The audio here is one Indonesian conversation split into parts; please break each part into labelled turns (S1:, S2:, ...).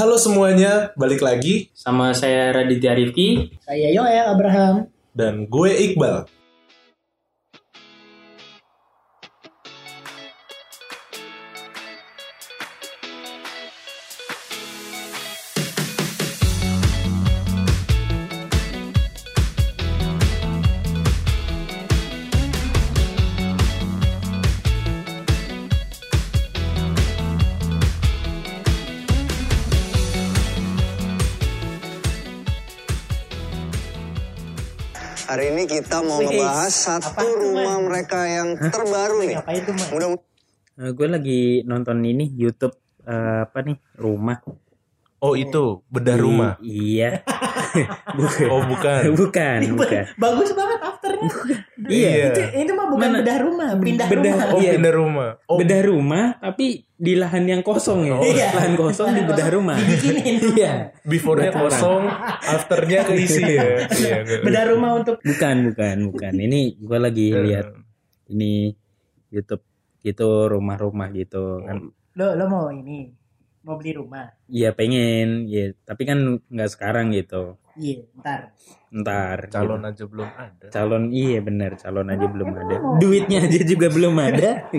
S1: Halo semuanya, balik lagi
S2: Sama saya Raditya Rifki.
S3: Saya
S1: eh,
S3: Yoel Abraham.
S1: dan gue Iqbal.
S4: Hari ini kita mau
S3: Wih,
S4: ngebahas
S3: apa
S4: satu
S3: itu,
S4: rumah
S3: Man?
S4: mereka yang terbaru nih.
S3: Apa itu, Man?
S4: Mudah
S2: Eh, gue lagi nonton ini YouTube eh, apa nih rumah.
S1: Oh itu bedah rumah.
S2: I- iya. bukan.
S1: Oh bukan.
S2: bukan. Bukan.
S3: Bagus banget afternya.
S2: Iya.
S3: Itu, itu mah bukan
S2: Mana?
S3: bedah rumah, pindah
S2: Bedah.
S3: rumah.
S1: Oh
S2: Iya.
S1: pindah rumah. Oh
S2: Bedah rumah tapi di lahan yang kosong ya.
S3: Iya.
S2: Lahan kosong di bedah rumah.
S3: Dibikinin rumah.
S2: iya.
S1: before-nya
S2: Bedah orang.
S1: kosong, afternya keisi ya. Iya, nggak-
S3: Bedah rumah untuk
S2: Bukan, bukan, bukan. Ini gue lagi
S1: Iya.
S2: lihat ini YouTube gitu rumah-rumah gitu
S1: Oh.
S2: kan.
S3: lo lo mau ini mau beli rumah.
S2: Iya pengen, ya tapi kan nggak sekarang gitu.
S3: Iya, ntar.
S2: Ntar gitu.
S1: Calon aja belum ada.
S2: calon iya bener calon aja belum ada duitnya aja juga belum ada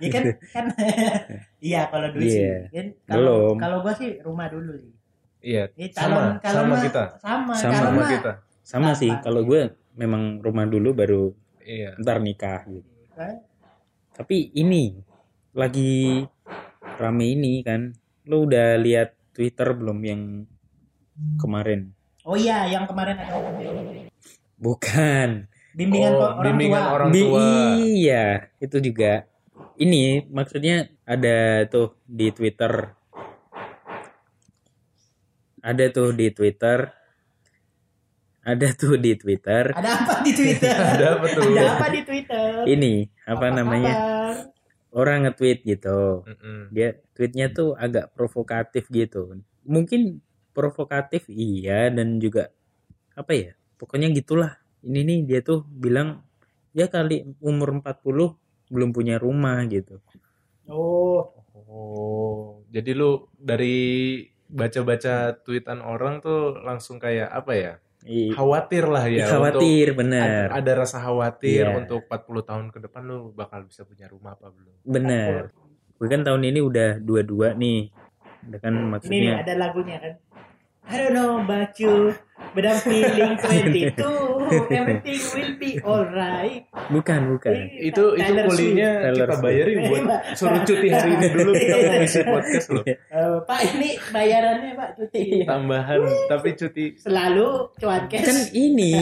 S3: Ya kan kan. Iya, kalau duit
S2: Iya.
S3: sih. Kan kalau
S2: Belum.
S3: kalau gua sih rumah dulu sih.
S1: Iya.
S3: Ini
S1: Sama,
S3: calon calon
S1: sama
S3: mah-
S1: kita.
S3: Sama,
S2: Sama
S3: calon
S1: Sama
S3: mah.
S1: kita.
S2: sama sih kalau gue memang rumah dulu baru
S1: Iya.
S2: ntar nikah gitu.
S3: Kan?
S2: tapi ini lagi rame ini kan lo udah lihat Twitter belum yang kemarin
S3: Oh iya, yang kemarin ada
S2: bukan
S3: bimbingan
S1: Oh,
S3: kok orang
S1: bimbingan
S3: tua.
S1: orang
S2: Bi-
S1: tua.
S2: iya itu juga ini maksudnya ada tuh di Twitter ada tuh di Twitter ada tuh di Twitter
S3: Ada apa di Twitter?
S1: Ada apa tuh?
S3: Ada apa di Twitter?
S2: ini apa, namanya
S3: kabar?
S2: orang nge-tweet gitu
S1: Mm-mm.
S2: dia tweetnya tuh agak provokatif gitu mungkin provokatif iya dan juga apa ya pokoknya gitulah ini nih dia tuh bilang dia kali umur 40 belum punya rumah gitu
S3: Oh,
S1: Oh, jadi lu dari baca-baca tweetan orang tuh langsung kayak apa ya?
S2: I-
S1: Khawatir lah ya.
S3: iya,
S1: untuk-
S2: khawatir
S1: ada,
S2: bener
S1: ada rasa khawatir
S2: Iya.
S1: untuk 40 tahun ke depan lu bakal bisa punya rumah apa belum?
S2: bener gue kan tahun ini udah dua-dua nih udah kan
S3: ini nih,
S2: maksudnya
S3: ada lagunya kan. I don't know about you, but I'm feeling 22. Everything will be alright.
S2: bukan bukan
S1: Itu itu
S3: Iya, Taylor Iya.
S1: kulinya
S2: Taylor
S1: kita
S2: Swift.
S1: bayarin buat suruh cuti hari ini dulu kita mau ngisi podcast loh.
S2: Iya.
S3: Eh, Pak, ini bayarannya Pak cuti.
S1: Tambahan tapi cuti.
S3: Selalu cuan cash.
S2: kan ini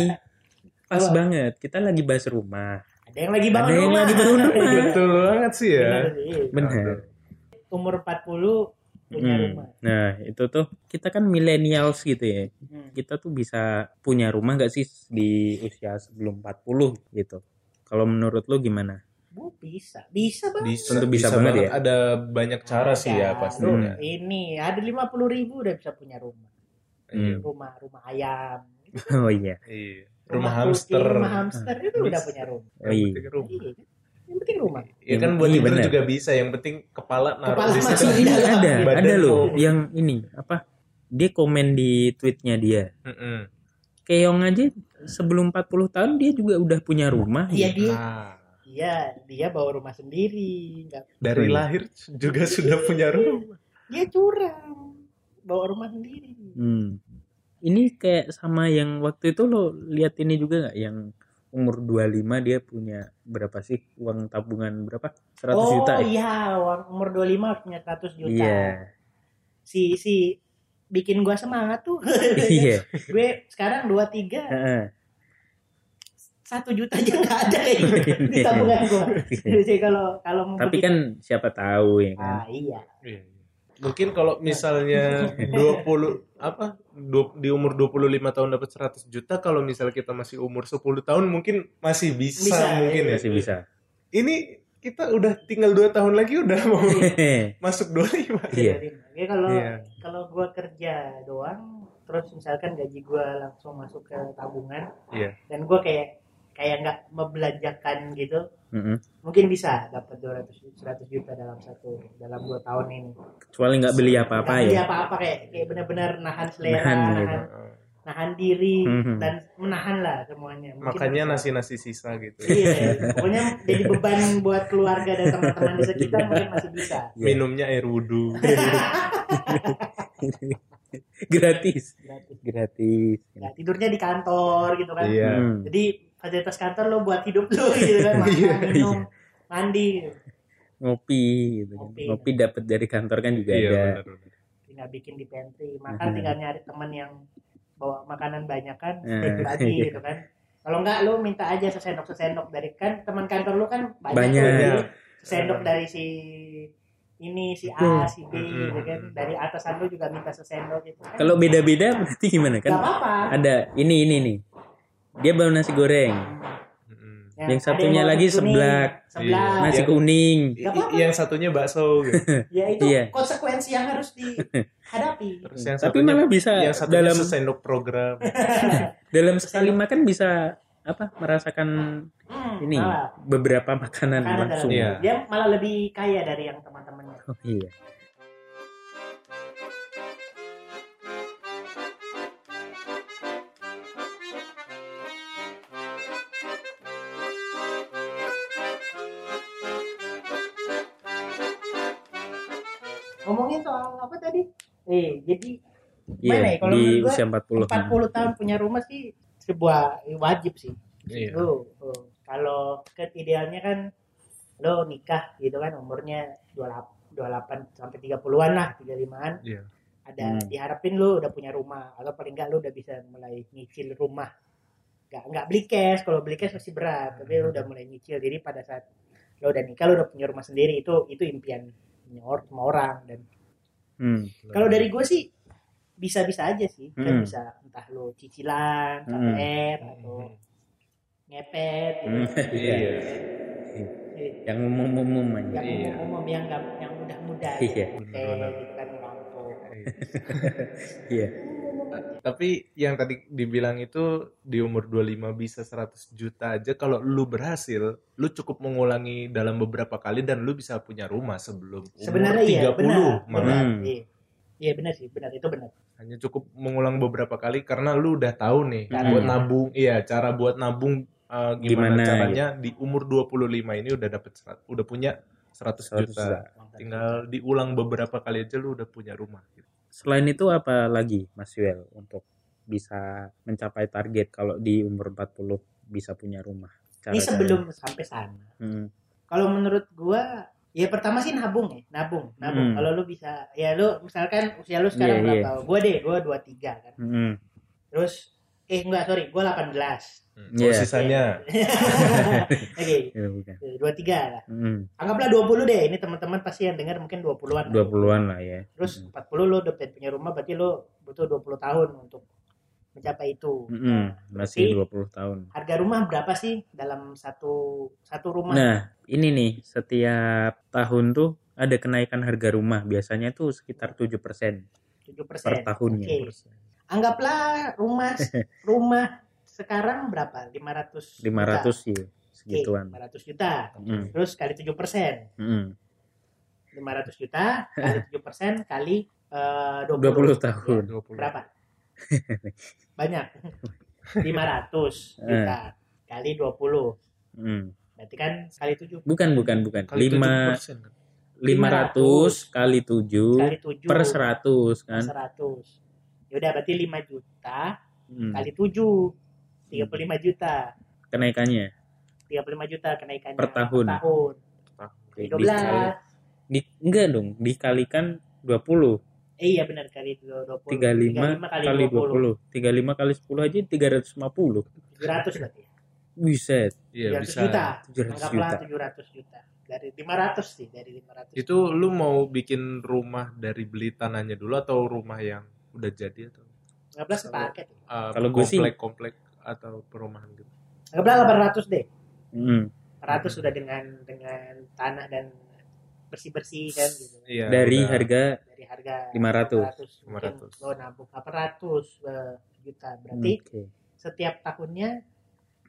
S2: pas
S3: Apa?
S2: banget kita lagi bahas rumah
S3: ada yang lagi bangun
S2: ada yang
S3: rumah.
S2: lagi bangun rumah
S1: Betul banget sih ya.
S3: Bener sih.
S2: bener
S3: Umur 40 punya
S2: Hmm.
S3: rumah.
S2: Nah, itu tuh kita kan millennials gitu ya.
S3: Hmm.
S2: Kita tuh bisa punya rumah nggak sih di usia sebelum 40 gitu. Kalau menurut lo gimana?
S3: Bu, Oh, bisa. Bisa Pak.
S1: Bisa,
S2: Tentu bisa banget ya. Hmm.
S1: Ada banyak cara sih ya
S3: Ada.
S1: pastinya.
S3: Ini ada 50 ribu udah bisa punya rumah.
S1: Iya.
S2: Hmm.
S3: Rumah rumah ayam.
S2: Oh iya.
S1: Iya. Rumah,
S3: kucing,
S1: hamster.
S3: Rumah hamster itu
S1: Bisa.
S3: udah punya rumah.
S2: Oh, iya.
S1: Yang penting rumah.
S3: Iya, kan? Yang penting rumah.
S1: Ya kan buat
S2: Iya,
S1: tidur
S2: bener.
S1: juga bisa, yang penting kepala naruh
S3: Kepala
S1: di situ.
S3: masuk di dalam.
S2: Ada,
S1: Badan
S2: ada loh
S1: mau-
S2: yang ini apa? Dia komen di tweetnya dia.
S1: Mm-mm.
S2: Keong aja sebelum 40 tahun dia juga udah punya rumah.
S3: Iya dia,
S1: Nah,
S3: iya dia bawa rumah sendiri. Nggak,
S1: dari
S2: Iya.
S1: lahir juga sudah punya rumah.
S3: dia curang, bawa rumah sendiri.
S2: Hmm. Ini kayak sama yang waktu itu lo lihat ini juga nggak yang umur 25 dia punya berapa sih uang tabungan berapa? 100
S3: oh
S2: juta ya?
S3: iya, orang umur 25 harus punya 100 juta.
S2: Iya.
S3: Si si bikin gua semangat tuh.
S2: Iya.
S3: gue sekarang 23
S2: Heeh.
S3: satu juta aja nggak ada kayak gitu di tabungan gua. Jadi kalau kalau mau
S2: Iya. Tapi
S3: bikin-
S2: kan siapa tahu ya kan.
S3: ah, iya.
S1: Iya. Mungkin kalau misalnya 20 apa du- di umur 25 tahun dapat 100 juta kalau misalnya kita masih umur 10 tahun mungkin masih bisa,
S3: Bisa,
S1: mungkin ya.
S2: Masih Iya bisa.
S1: Ini kita udah tinggal 2 tahun lagi udah mau masuk 25.
S2: Iya.
S3: Ya kalau
S1: Iya.
S3: kalau gua kerja doang terus misalkan gaji gua langsung masuk ke tabungan
S1: Iya.
S3: dan gua kayak kayak nggak membelanjakan gitu
S2: Mm-mm.
S3: mungkin bisa dapat 200 100 juta dalam satu dalam dua tahun ini
S2: kecuali nggak beli apa-apa
S3: Nggak beli
S2: ya
S3: apa-apa kayak kayak benar-benar nahan selera
S2: Nahan
S3: nahan,
S2: gitu.
S3: nahan, diri
S2: Mhm.
S3: dan menahan lah semuanya Mungkin-
S1: Makanya nasi-nasi sisa gitu.
S3: iya pokoknya jadi beban buat keluarga dan teman-teman di sekitar mungkin masih bisa
S1: Minumnya air wudhu.
S2: gratis
S3: gratis
S2: gratis
S3: ya, tidurnya di kantor gitu kan
S1: Iya.
S2: Hmm.
S3: jadi fasilitas kantor lo buat hidup lo gitu kan
S2: Iya,
S3: makan minum
S2: iya.
S3: mandi gitu.
S2: ngopi gitu kan.
S3: Ngopi.
S2: ngopi dapat dari kantor kan juga
S1: Iya
S2: ada
S1: benar. benar.
S3: tinggal bikin di pantry
S2: Mhm.
S3: makan tinggal nyari temen yang bawa makanan banyak kan
S2: Hmm,
S3: itu tadi
S2: iya.
S3: gitu kan kalau enggak lu minta aja sesendok sesendok dari kan teman kantor lu kan banyak,
S2: Banyak.
S3: tuh.
S1: Iya.
S3: sesendok dari si ini si A si B
S1: Mhm.
S3: gitu kan dari atasan lu juga minta sesendok gitu kan
S2: kalau beda-beda berarti gimana
S3: Nggak
S2: kan
S3: apa-apa Nah,
S2: ada ini ini nih dia baru nasi goreng
S1: Mm-mm.
S3: Ya,
S2: Yang
S3: ada
S2: satunya
S3: mau
S2: lagi
S3: kuning,
S2: seblak.
S3: seblak
S1: Iya.
S2: nasi
S1: Yang-
S2: kuning
S1: I-
S3: Gak apa-apa.
S1: Yang satunya bakso gitu.
S3: ya itu
S2: Iya.
S3: konsekuensi yang harus dihadapi
S1: Terus yang
S2: tapi
S1: satunya
S2: malah bisa
S1: yang satunya
S2: dalam
S1: sesendok program.
S2: dalam sekali makan bisa apa merasakan
S3: Hmm,
S2: ini
S3: malah.
S2: beberapa makanan
S3: Karena dalam-
S2: langsung.
S1: Iya.
S3: dia malah lebih kaya dari yang teman-temannya
S2: Oh, iya.
S3: ngomongin soal apa tadi eh jadi
S2: Iya,
S3: Gimana ya, kalau
S2: di
S3: menurut gua,
S2: usia 40.
S3: 40 tahun punya rumah sih sebuah eh, wajib sih.
S1: Iya.
S3: Lu, lu. Gitu. Kalau ke idealnya kan lo nikah gitu kan umurnya 28, 28 sampai 30-an lah, 35-an.
S1: Iya.
S3: Ada
S2: Hmm.
S3: diharapin lu udah punya rumah atau paling enggak lu udah bisa mulai nyicil rumah. Enggak enggak beli cash, kalau beli cash masih berat, tapi lu udah mulai nyicil. Jadi pada saat lo udah nikah lo udah punya rumah sendiri itu itu impian punya or- semua orang dan
S2: Hmm.
S3: kalau dari gue sih bisa-bisa aja sih. Kan
S2: Hmm.
S3: bisa entah lo cicilan,
S2: Hmm.
S3: KPR atau ngepet
S2: Hmm,
S3: gitu.
S2: Iya.
S1: Iya.
S2: Yang umum-umum aja.
S3: Yang
S1: Iya.
S3: umum-umum yang gam- yang mudah-mudah.
S2: Iya.
S3: Kayak gitu kan lampau.
S2: Iya.
S1: Tapi yang tadi dibilang itu di umur 25 bisa 100 juta aja kalau lu berhasil, lu cukup mengulangi dalam beberapa kali dan lu bisa punya rumah sebelum umur
S3: Sebenarnya
S1: 30
S3: iya, benar.
S1: malah.
S3: benar.
S2: Hmm.
S3: Iya. Iya benar sih, benar itu benar.
S1: Hanya cukup mengulang beberapa kali karena lu udah tahu nih
S2: Cara.
S1: buat nabung, iya cara buat nabung uh, gimana,
S2: Hmm. Gimana, iya.
S1: caranya di umur 25 ini udah dapet serat- udah punya 100,
S2: 100
S1: juta.
S2: juta.
S1: Tinggal diulang beberapa kali aja lu udah punya rumah gitu.
S2: Selain itu apa lagi Mas Yuel untuk bisa mencapai target kalau di umur 40 bisa punya rumah?
S3: Ini sebelum sampai sana.
S2: Hmm.
S3: Kalau menurut gua ya pertama sih nabung ya, nabung, nabung.
S2: Hmm.
S3: Kalau lu bisa, ya lu misalkan usia lu
S2: Iya,
S3: sekarang berapa? Gua deh, gua 23 kan.
S2: Hmm.
S3: Terus eh enggak, sorry, gua 18.
S1: Hmm.
S2: Iya.
S1: Oh, sisanya
S3: Oke,
S2: Iya, bukan.
S3: 23 lah.
S2: Hmm.
S3: anggaplah 20 deh ini teman-teman pasti yang dengar mungkin 20-an
S2: 20-an lah ya.
S3: terus 40 lo udah pengen punya rumah berarti lo butuh 20 tahun untuk mencapai itu
S2: Hmm. Masih
S3: Berarti-
S2: 20 tahun.
S3: harga rumah berapa sih dalam satu satu rumah
S2: Nah, ini nih setiap tahun tuh ada kenaikan harga rumah. Biasanya tuh sekitar 7%
S3: 7
S2: per tahunnya.
S3: Oke. anggaplah rumah rumah sekarang berapa 500
S2: 500
S3: juta.
S2: sih
S3: Oke,
S2: segituan.
S3: 500 juta
S2: Mm,
S3: terus kali 7
S2: mm.
S3: 500 juta kali 7 kali eh,
S2: 20
S3: 20,
S2: tahun.
S1: 20.
S3: berapa? Banyak. 500 juta
S2: Eh.
S3: kali 20.
S2: Mm.
S3: Berarti kan kali 7
S2: Bukan bukan bukan.
S1: Kali 7%,
S2: 5
S1: kan?
S2: 500 kali 7
S3: kali 7
S2: per 100 kan.
S3: 100. Ya udah berarti 5 juta
S2: Mm.
S3: kali 7 35 juta.
S2: Kenaikannya
S3: 35 juta kenaikannya
S2: Per tahun.
S3: tahun.
S1: kan?
S2: Di-
S3: 12.
S2: dikali- di, enggak dong, dikalikan 20.
S3: Eh, iya benar kali 20.
S2: 35 kali 20. 35 kali 10 aja 350.
S3: 700 berarti.
S2: Iya, Buset,
S1: Iya,
S3: 700
S1: bisa.
S3: juta.
S2: 700
S3: Anggaplah
S2: juta.
S3: 700 juta. Dari 500 sih, dari 500.
S1: Itu lu mau bikin rumah dari beli tanahnya dulu atau rumah yang udah jadi atau
S3: anggaplah sepaket.
S1: uh,
S2: Kalau gua sih-
S1: komplek-komplek atau perumahan gitu.
S3: Anggaplah 800 deh.
S2: Mm.
S3: 100 sudah dengan dengan tanah dan bersih bersih kan gitu
S1: Iya.
S2: dari
S1: udah.
S2: harga
S3: dari harga
S2: 500.
S3: 500 mungkin
S1: 500.
S3: lo nabung 800 eh, juta berarti
S2: hmm, Oke.
S3: setiap tahunnya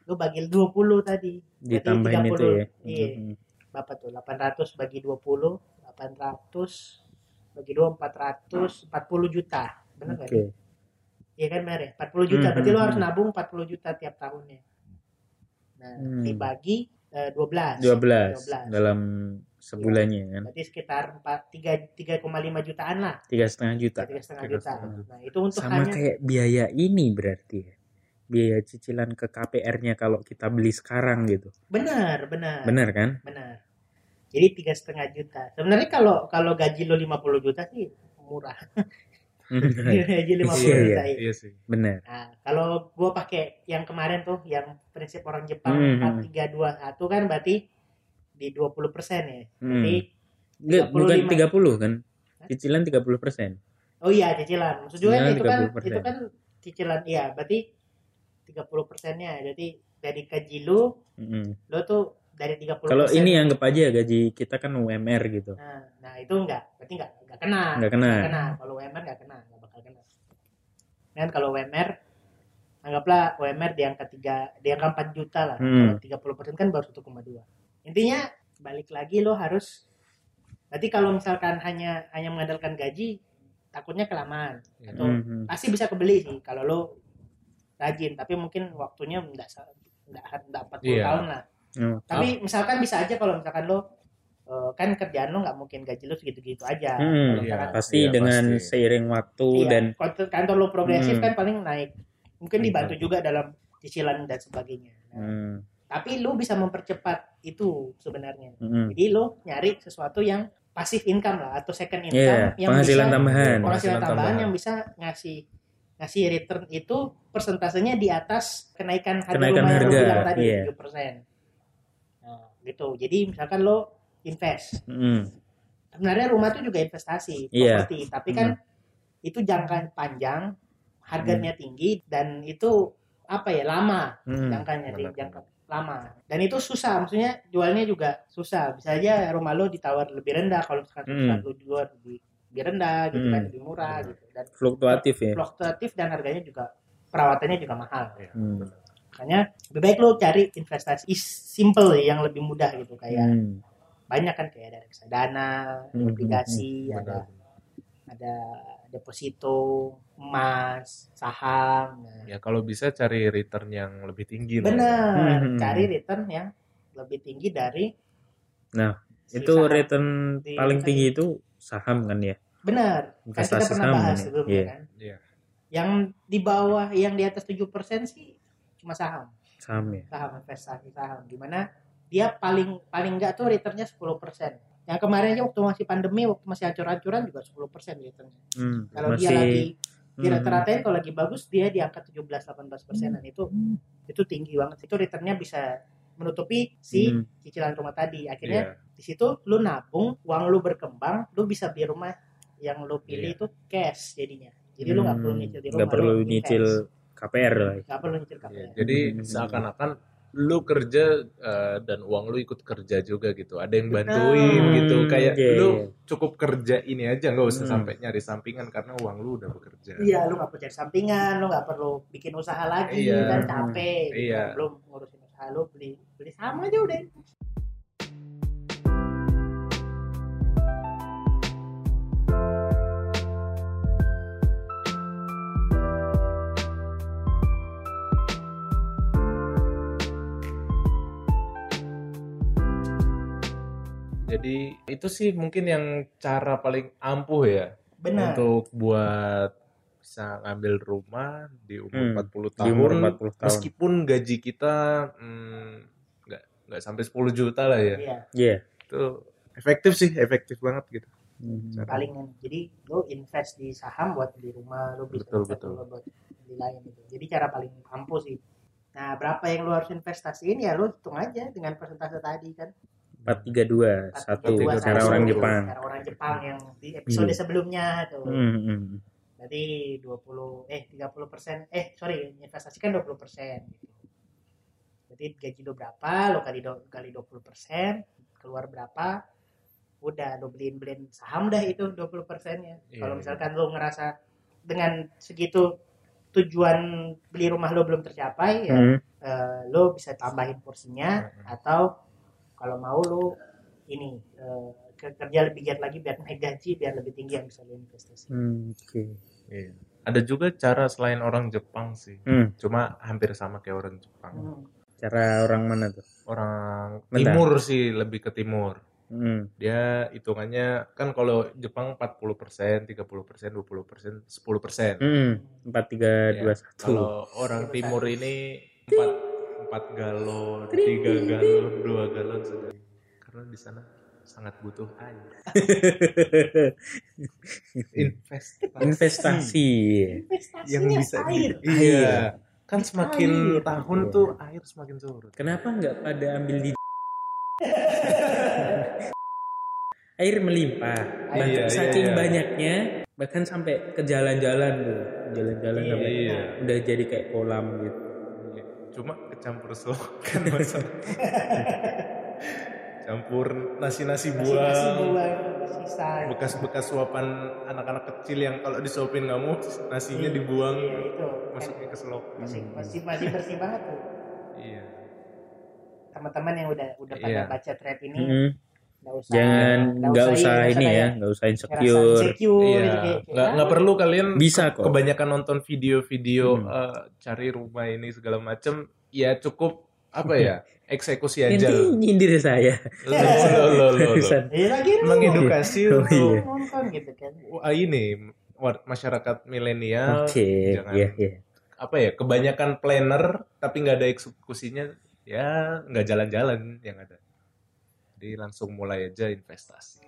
S3: lu bagi 20 tadi
S2: ditambahin itu
S3: 30.
S2: ya.
S3: Iya.
S2: Mm-mm.
S3: berapa tuh 800 bagi 20 800 bagi 2 400 40 juta benar nggak
S2: Oke.
S3: Iya kan Mer ya? 40 juta,
S2: Hmm,
S3: berarti
S2: hmm,
S3: lo harus
S2: hmm.
S3: nabung 40 juta tiap tahunnya. Nah,
S2: Hmm.
S3: dibagi eh, 12.
S2: 12 dalam sebulannya kan.
S3: Berarti sekitar 4 3 3,5 jutaan lah,
S2: Tiga setengah juta.
S3: 3,5 juta.
S1: 3,5.
S3: Nah, itu untuk
S2: Sama
S3: hanya
S2: kayak biaya ini berarti ya. Biaya cicilan ke KPR-nya kalau kita beli sekarang gitu.
S3: Nah. benar, benar.
S2: Bener kan?
S3: Benar. Jadi tiga setengah juta. Sebenarnya kalau kalau gaji lo 50 juta sih murah.
S2: Iya,
S3: gaji 50 juta. iya.
S1: Iya sih.
S2: Bener.
S3: Nah, kalau gua pakai yang kemarin tuh, yang prinsip orang Jepang
S2: Hmm.
S3: 4321 kan berarti di 20 persen ya.
S2: Hmm.
S3: Jadi
S2: Nggak,
S3: 35.
S2: bukan 30 kan?
S3: Hah?
S2: Cicilan 30 persen.
S3: Oh iya cicilan. Maksud gue
S2: Cicilan
S3: itu kan
S2: 30%.
S3: itu kan cicilan iya berarti 30 persennya. Jadi dari gaji lu lo tuh dari 30
S2: Hmm. Kalau ini anggap aja gaji kita kan UMR gitu.
S3: nah, nah, itu enggak berarti enggak enggak kena.
S1: Eh.
S2: Nggak kena.
S3: Nah, Nggak kena. Kalau UMR enggak kena, enggak bakal kena. Dan kalau UMR anggaplah UMR di angka 3 di angka 4 juta lah.
S2: Hmm.
S3: Kalau 30% kan baru 1,2. Intinya balik lagi lo harus berarti kalau misalkan hanya hanya mengandalkan gaji takutnya kelamaan
S1: Iya.
S3: atau
S2: Mm-mm.
S3: pasti bisa kebeli sih kalau lo rajin tapi mungkin waktunya enggak sa- enggak enggak 40
S1: Iya.
S3: tahun lah
S2: Oh.
S3: tapi misalkan bisa aja kalau misalkan lo eh, kan kerjaan lo nggak mungkin gaji lo segitu-gitu aja
S2: Mm-mm.
S3: Kalau
S1: Iya.
S3: misalkan-
S2: Pasti
S1: Iya,
S2: dengan
S1: pasti.
S2: seiring waktu
S3: Iya,
S2: dan
S3: kantor, kantor lo progresif
S2: Hmm.
S3: kan paling naik mungkin
S2: Iya.
S3: dibantu juga dalam cicilan dan sebagainya Nah,
S2: Mm,
S3: tapi lo bisa mempercepat itu sebenarnya
S2: mm-mm.
S3: jadi lo nyari sesuatu yang pasif income lah atau second income
S2: Iya,
S3: yang
S2: penghasilan
S3: bisa
S2: tambahan.
S1: Penghasilan
S3: penghasilan tambahan
S1: tambahan.
S3: yang bisa ngasih ngasih return itu persentasenya di atas kenaikan harga
S2: Kenaikan
S3: rumah yang lo
S2: harga,
S3: bilang tadi
S2: iya.
S3: 7%. Nah, gitu. Jadi misalkan lo invest.
S2: Mm-mm.
S3: Sebenarnya rumah itu juga
S2: Iya.
S3: investasi,
S2: Hmm.
S3: properti, tapi kan itu jangka panjang, harganya tinggi dan itu apa ya, lama
S2: Mm-mm.
S3: jangkanya di
S1: Benar.
S3: jangka lama dan itu susah maksudnya jualnya juga susah bisa aja rumah lo ditawar lebih rendah kalau misalkan
S2: Hmm.
S3: perusahaan lo jual lebih, lebih rendah gitu
S2: Hmm.
S3: kan lebih murah gitu dan
S2: Fluktuatif ya.
S3: fluktuatif dan harganya juga perawatannya juga mahal
S1: Iya,
S2: Hmm.
S1: benar.
S3: makanya lebih baik lo cari investasi is- simple yang lebih mudah gitu kayak
S2: Mm.
S3: banyak kan kayak ada reksadana ada
S2: Hmm,
S3: obligasi ada
S1: Benar.
S3: ada deposito emas saham nah,
S1: Ya kalau bisa cari return yang lebih tinggi. lah ya.
S3: Benar,
S2: Hmm.
S3: cari return yang lebih tinggi dari
S2: Nah,
S3: si
S2: Itu
S3: saham.
S2: return
S3: Di-
S2: paling tinggi itu saham kan ya?
S3: Benar, kan kita
S2: Investasi
S3: pernah
S2: saham
S3: bahas
S2: kan ya?
S3: sebelumnya
S2: Iya,
S3: kan.
S1: Iya.
S3: Yang di bawah, yang di atas 7% sih cuma saham,
S2: saham ya.
S3: saham investasi saham. Gimana dia paling paling enggak tuh returnnya 10%. Yang kemarin aja waktu masih pandemi, waktu masih hancur-hancuran juga 10% returnnya.
S2: Mm,
S3: Kalau dia
S2: Masih
S3: lagi di
S1: Hmm.
S2: mm,
S3: rata-ratain kalau lagi bagus dia di angka 17 18 persenan itu itu tinggi banget. Itu returnnya bisa menutupi si
S2: mm,
S3: cicilan rumah tadi. Akhirnya
S1: Hmm. Iya.
S3: di situ lu nabung uang lu berkembang lu bisa beli rumah yang lu
S1: Iya.
S3: pilih
S1: Hmm.
S3: itu cash jadinya jadi lu nggak perlu
S2: mm,
S3: nyicil di rumah
S2: nggak perlu
S3: lu
S2: nyicil
S3: invest.
S2: KPR lah.
S3: nggak perlu nyicil
S1: Iya,
S3: KPR
S1: jadi
S2: Hmm.
S1: seakan-akan lu kerja eh, dan uang lu ikut kerja juga gitu. Ada yang
S3: Benar.
S1: bantuin gitu.
S2: Hmm,
S1: Kayak
S2: iya,
S1: lu
S2: iya.
S1: cukup kerja ini aja nggak usah
S2: Hmm.
S1: sampai nyari sampingan karena uang lu udah bekerja.
S3: iya lu nggak perlu cari sampingan lu nggak perlu bikin usaha lagi
S1: Iya.
S3: kan capek gitu.
S1: Iya.
S3: belum ngurusin usaha lu beli beli sama aja udah
S1: Jadi itu sih mungkin yang cara paling ampuh ya
S3: benar
S1: untuk buat bisa ngambil rumah di umur
S2: Hmm,
S1: 40
S2: Di
S1: tahun.
S2: umur 40 tahun.
S1: Meskipun gaji kita mm, nggak nggak sampai 10 juta lah ya.
S3: iya
S2: Iya.
S1: Itu efektif sih, efektif banget gitu.
S2: Mm.
S3: palingan jadi lu invest di saham buat beli rumah lu bisa
S1: Betul,
S3: invest
S1: betul.
S3: juga buat beli lain gitu jadi cara paling ampuh sih nah berapa yang lu harus investasiin ya lu hitung aja dengan persentase tadi kan
S2: 432 satu
S1: dua,
S2: cara
S3: 432, satu, gitu.
S2: orang
S1: satu.
S2: Jepang.
S3: cara orang Jepang yang di episode
S2: Iya.
S3: sebelumnya tuh
S2: Mm, mm.
S3: jadi 20 eh 30 persen eh sorry investasikan 20 persen gitu. jadi gaji lo berapa lo kali do, kali 20 persen keluar berapa udah lo beliin beliin saham dah itu 20 persennya
S1: Iya,
S3: kalau
S1: iya.
S3: misalkan lo ngerasa dengan segitu tujuan beli rumah lo belum tercapai
S2: Hmm.
S3: ya eh, lo bisa tambahin porsinya
S1: Hmm.
S3: atau kalau mau lo ini eh, ke- kerja lebih giat lagi biar naik gaji biar lebih tinggi yang bisa lo investasi.
S2: Hmm, Oke.
S1: Iya. Ada juga cara selain orang Jepang sih.
S2: Hmm,
S1: Cuma hampir sama kayak orang Jepang.
S3: Hmm.
S2: Cara orang mana tuh?
S1: Orang
S2: Bentar.
S1: timur sih, lebih ke timur.
S2: Hmm.
S1: Dia hitungannya kan kalau Jepang 40%, 30%, 20%, 10%.
S2: Hmm. Empat tiga dua satu.
S1: Iya, Kalau orang
S3: Satu.
S1: timur ini empat empat galon, tiga galon, dua galon saja. Karena di sana sangat butuh air. Investasi
S2: Investasi.
S3: Investasinya
S1: Iya. yang bisa di-
S3: air.
S1: Iya. Kan
S3: Air.
S1: semakin tahun
S2: Iya.
S1: tuh air semakin surut.
S2: Kenapa nggak pada ambil di air melimpah. Bahkan
S1: Iya, iya,
S2: saking
S1: iya.
S2: banyaknya bahkan sampai ke jalan-jalan tuh. Jalan-jalan
S3: Iya.
S2: sampai
S1: Iya.
S2: udah jadi kayak kolam gitu.
S1: Cuma kecampur selokan masa. Campur nasi-nasi
S3: Nasi-nasi
S1: buah.
S3: buang, sisa.
S1: Bekas-bekas suapan anak-anak kecil yang kalau disuapin nggak mau nasinya
S3: Iya. Iya,
S1: dibuang
S3: itu.
S1: masuknya ke selok.
S3: masih masih masih bersih banget tuh
S1: Iya.
S3: teman-teman yang udah udah pada
S1: Iya.
S3: baca thread ini
S2: Mm-mm.
S3: nggak usah
S2: Jangan nggak usah ini ya,
S3: kayak
S2: nggak usah
S3: ngerasa
S2: insecure.
S3: insecure gitu,
S1: Iya,
S3: kayak- kayak,
S1: nggak
S3: "Ah,
S1: nggak perlu kalian
S2: Bisa kok.
S1: kebanyakan nonton video-video
S2: Hmm.
S1: eh, cari rumah ini segala macem. Ya cukup apa ya eksekusi aja.
S2: Nanti
S1: lo
S2: nyindir saya.
S1: lo lo lo. lo.
S2: Barusan.
S3: iya lagi lu
S1: Mengedukasi
S2: Oh,
S1: untuk
S2: iya.
S3: nonton gitu kan
S1: wah, ini war- masyarakat milenial
S2: Oke,
S1: jangan.
S2: iya iya.
S1: apa ya kebanyakan planner tapi nggak ada eksekusinya ya nggak jalan-jalan yang ada. Jadi langsung mulai aja investasi.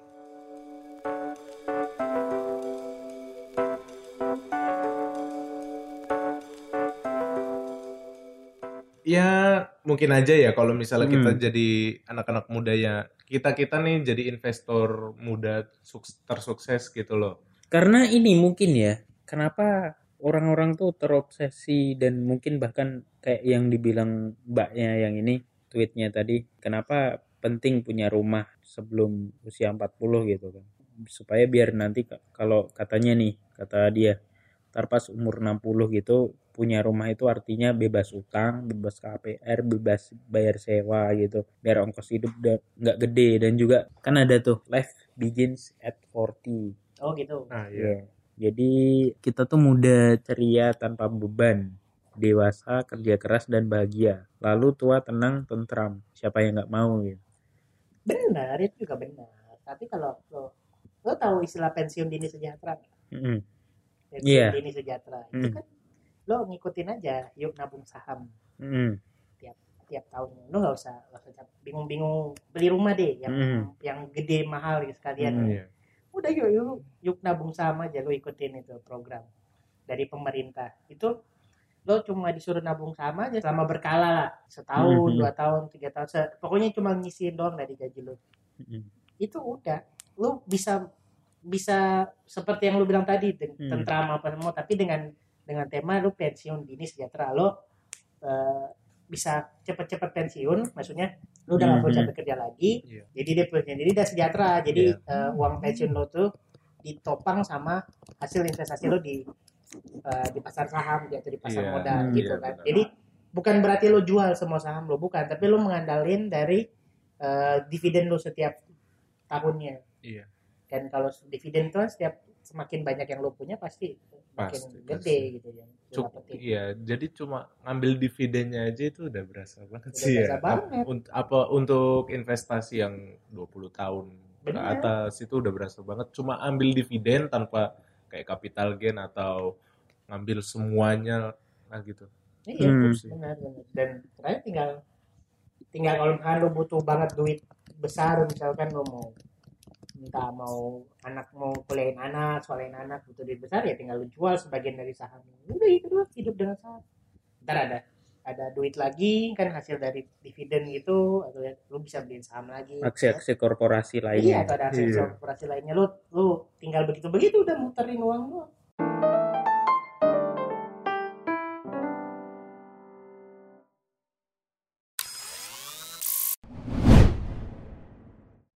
S1: ya mungkin aja ya kalau misalnya kita
S2: Hmm.
S1: jadi anak-anak muda ya kita kita nih jadi investor muda suks- tersukses gitu loh
S2: Karena ini mungkin ya, kenapa orang-orang tuh terobsesi dan mungkin bahkan kayak yang dibilang mbaknya yang ini tweetnya tadi, kenapa penting punya rumah sebelum usia 40 gitu kan. Supaya biar nanti ka- kalau katanya nih, kata dia, ntar pas umur 60 gitu punya rumah itu artinya bebas utang, bebas KPR, bebas bayar sewa gitu. Biar ongkos hidup da- nggak gede dan juga kan ada tuh life begins at 40
S3: oh gitu
S1: nah ya
S2: Iya. Jadi kita tuh muda, ceria, tanpa beban, dewasa, kerja keras dan bahagia. Lalu tua, tenang, tentram. Siapa yang nggak mau gitu?
S3: benar itu juga benar tapi kalau lo lo tahu istilah pensiun dini sejahtera nggak?
S2: Mm-mm.
S3: pensiun
S2: Iya.
S3: dini sejahtera itu
S2: Hmm.
S3: kan lo ngikutin aja yuk nabung saham
S2: Mm-mm.
S3: tiap tahunnya lo nggak usah nggak usah bingung-bingung beli rumah deh yang
S2: Hmm.
S3: yang gede mahal gitu sekalian
S2: Hmm.
S1: Iya.
S3: udah yuk yuk yuk nabung sama aja lo ikutin itu program dari pemerintah itu lo cuma disuruh nabung sama aja selama berkala lah setahun
S2: Mhm.
S3: dua tahun tiga tahun se- pokoknya cuma ngisiin doang dari gaji lo
S2: Mm-mm.
S3: itu udah lo bisa bisa seperti yang lo bilang tadi ten-
S2: Hmm.
S3: tentram apa semua tapi dengan dengan tema lo pensiun dini sejahtera lo eh, bisa cepet-cepet pensiun maksudnya lo udah nggak perlu
S2: Mhm.
S3: capek kerja lagi
S1: Hmm. Iya.
S3: jadi dia punya jadi dia sejahtera jadi eh, uang pensiun lo tuh ditopang sama hasil investasi lo di eh, di pasar saham gitu di pasar
S1: Iya.
S3: modal
S2: Hmm,
S3: gitu
S1: iya,
S3: kan
S1: benar.
S3: jadi bukan berarti lo jual semua saham lo bukan tapi lo mengandalin dari eh, dividen lo setiap tahunnya
S1: Iya.
S3: dan kalau dividen tuh kan setiap semakin banyak yang lo punya pasti makin
S1: Pasti,
S3: gede
S1: pasti.
S3: gitu ya lo
S1: Cuk-
S3: dapetin.
S1: iya, jadi cuma ngambil dividennya aja itu udah berasa banget
S3: Udah
S1: sih
S3: berasa
S1: ya.
S3: banget.
S1: Ap- unt- apa untuk investasi yang 20 tahun ke
S3: Bener.
S1: atas itu udah berasa banget. Cuma ambil dividen tanpa kayak capital gain atau ngambil semuanya lah gitu.
S3: Iya,
S2: Hmm.
S3: benar, benar. Dan terakhir tinggal tinggal kalau misalkan lu butuh banget duit besar misalkan lu mau entah mau anak mau kuliahin anak, sekolahin anak butuh duit besar ya tinggal lu jual sebagian dari saham. Udah itu doang hidup dengan saham. Ntar ada ada duit lagi kan hasil dari dividen gitu atau ya, lu bisa beliin saham lagi.
S2: Aksi-aksi korporasi
S3: Iya,
S2: lainnya.
S3: atau ada hasil
S1: Iya.
S3: korporasi lainnya lu lu tinggal begitu-begitu udah muterin uang lu.